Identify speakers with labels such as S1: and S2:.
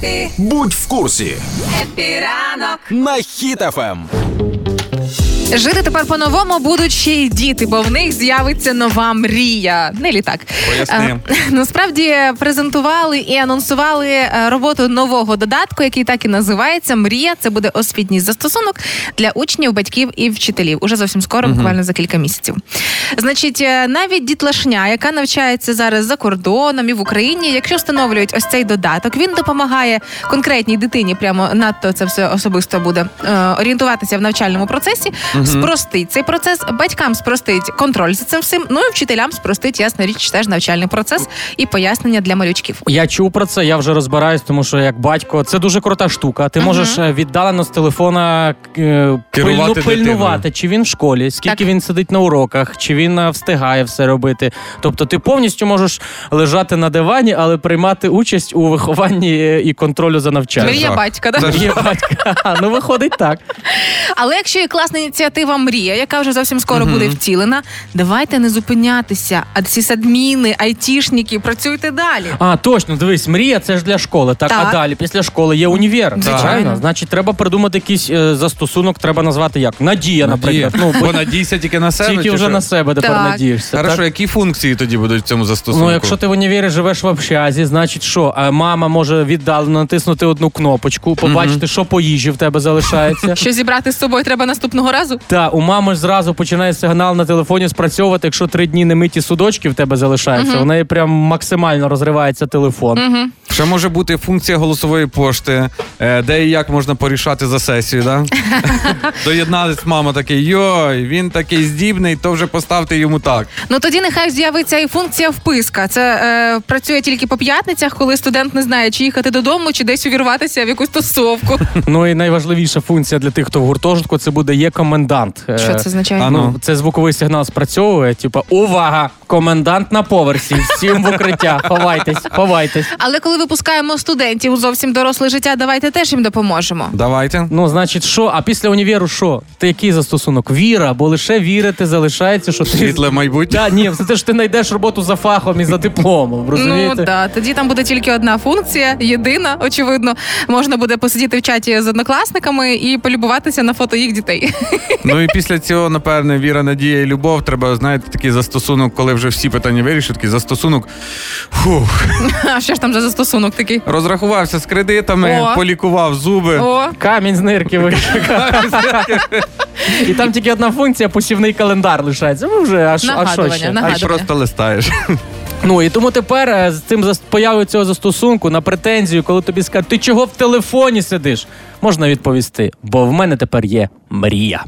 S1: Епі,
S2: Будь в курсі
S1: епі ранок.
S2: на Ем. хітафем.
S1: Жити тепер по-новому будуть ще й діти, бо в них з'явиться нова мрія. Не літак.
S3: Поясни.
S1: А, Насправді презентували і анонсували е, роботу нового додатку, який так і називається Мрія. Це буде освітній застосунок для учнів, батьків і вчителів. Уже зовсім скоро, буквально за кілька місяців. Значить, е, навіть дітлашня, яка навчається зараз за кордоном і в Україні, якщо встановлюють ось цей додаток, він допомагає конкретній дитині, прямо надто це все особисто буде е, орієнтуватися в навчальному процесі, спростить цей процес, батькам спростить контроль за цим всім. Ну і вчителям спростить ясна річ теж навчальний процес і пояснення для малючків.
S4: Я чув про це, я вже розбираюсь, тому що як батько, це дуже крута штука. Ти можеш е, віддалено з телефона е,
S3: Керувати
S4: пильну,
S3: дитиною.
S4: пильнувати, чи він в школі, скільки
S1: Так.
S4: він сидить на уроках, чи він е, встигає все робити. Тобто ти повністю можеш лежати на дивані, але приймати участь у вихованні е, і контролю за навчанням.
S1: Мрія
S3: жах.
S1: батька, да?
S3: Це
S4: Є батька. Ну, виходить так.
S1: Але якщо є класна ініціатива мрія, яка вже зовсім скоро буде втілена, давайте не зупинятися. А ці садміни, айтішники, працюйте далі.
S4: А, точно, дивись, мрія це ж для школи. Так,
S1: Так.
S4: а далі після школи є універ.
S1: Звичайно.
S4: Правильно? Значить, треба придумати якийсь е, застосунок, треба назвати як? Надія,
S3: Надія.
S4: наприклад. Ну,
S3: Бо надійся тільки на себе.
S4: Тільки
S3: чи
S4: вже
S3: що?
S4: на себе тепер
S1: Так.
S4: надієшся.
S3: Хорошо,
S4: так?
S3: які функції тоді будуть в цьому застосунку?
S4: Ну, якщо ти в універі живеш в общазі, значить що? А мама може віддалено натиснути одну кнопочку, побачити, що по їжі в тебе залишається.
S1: Що зібрати з собою треба наступного разу?
S4: Та у мами ж зразу починає сигнал на телефоні спрацьовувати. Якщо три дні не миті судочки в тебе залишаються, у неї прям максимально розривається телефон.
S3: Ще може бути функція голосової пошти, е, де і як можна порішати за сесію, да? Доєдналась мама такий, йой, він такий здібний, то вже поставте йому так.
S1: Ну тоді нехай з'явиться і функція вписка. Це е, працює тільки по п'ятницях, коли студент не знає, чи їхати додому, чи десь увірватися в якусь тусовку.
S4: Ну і найважливіша функція для тих, хто в гуртожитку, це буде є комендант. Е,
S1: Що це означає?
S3: А
S4: Ну, це звуковий сигнал спрацьовує, типа увага! Комендант на поверсі, всім в укриття. Ховайтесь, ховайтесь.
S1: Але коли випускаємо студентів у зовсім доросле життя, давайте теж їм допоможемо.
S3: Давайте.
S4: Ну, значить, що? А після універу що? Ти який застосунок? Віра, бо лише вірити залишається, що ти.
S3: Світле майбутнє.
S4: Та, ні, все те ж ти знайдеш роботу за фахом і за дипломом, розумієте?
S1: Ну да, тоді там буде тільки одна функція, єдина, очевидно. Можна буде посидіти в чаті з однокласниками і полюбуватися на фото їх дітей.
S3: Ну і після цього, напевне, віра, надія і любов. Треба, знаєте, такий застосунок, коли вже всі питання вирішить, такий застосунок. Фух,
S1: А що ж там за застосунок такий?
S3: розрахувався з кредитами,
S1: О.
S3: полікував зуби.
S1: О,
S4: Камінь з нирки вийшов. І там тільки одна функція посівний календар лишається. Ну вже а що- а що
S1: Нагадування,
S4: ще?
S1: нагадування.
S3: А й просто листаєш.
S4: Ну і тому тепер е, з цим зас- появою цього застосунку на претензію, коли тобі скажуть, ти чого в телефоні сидиш? Можна відповісти, бо в мене тепер є мрія.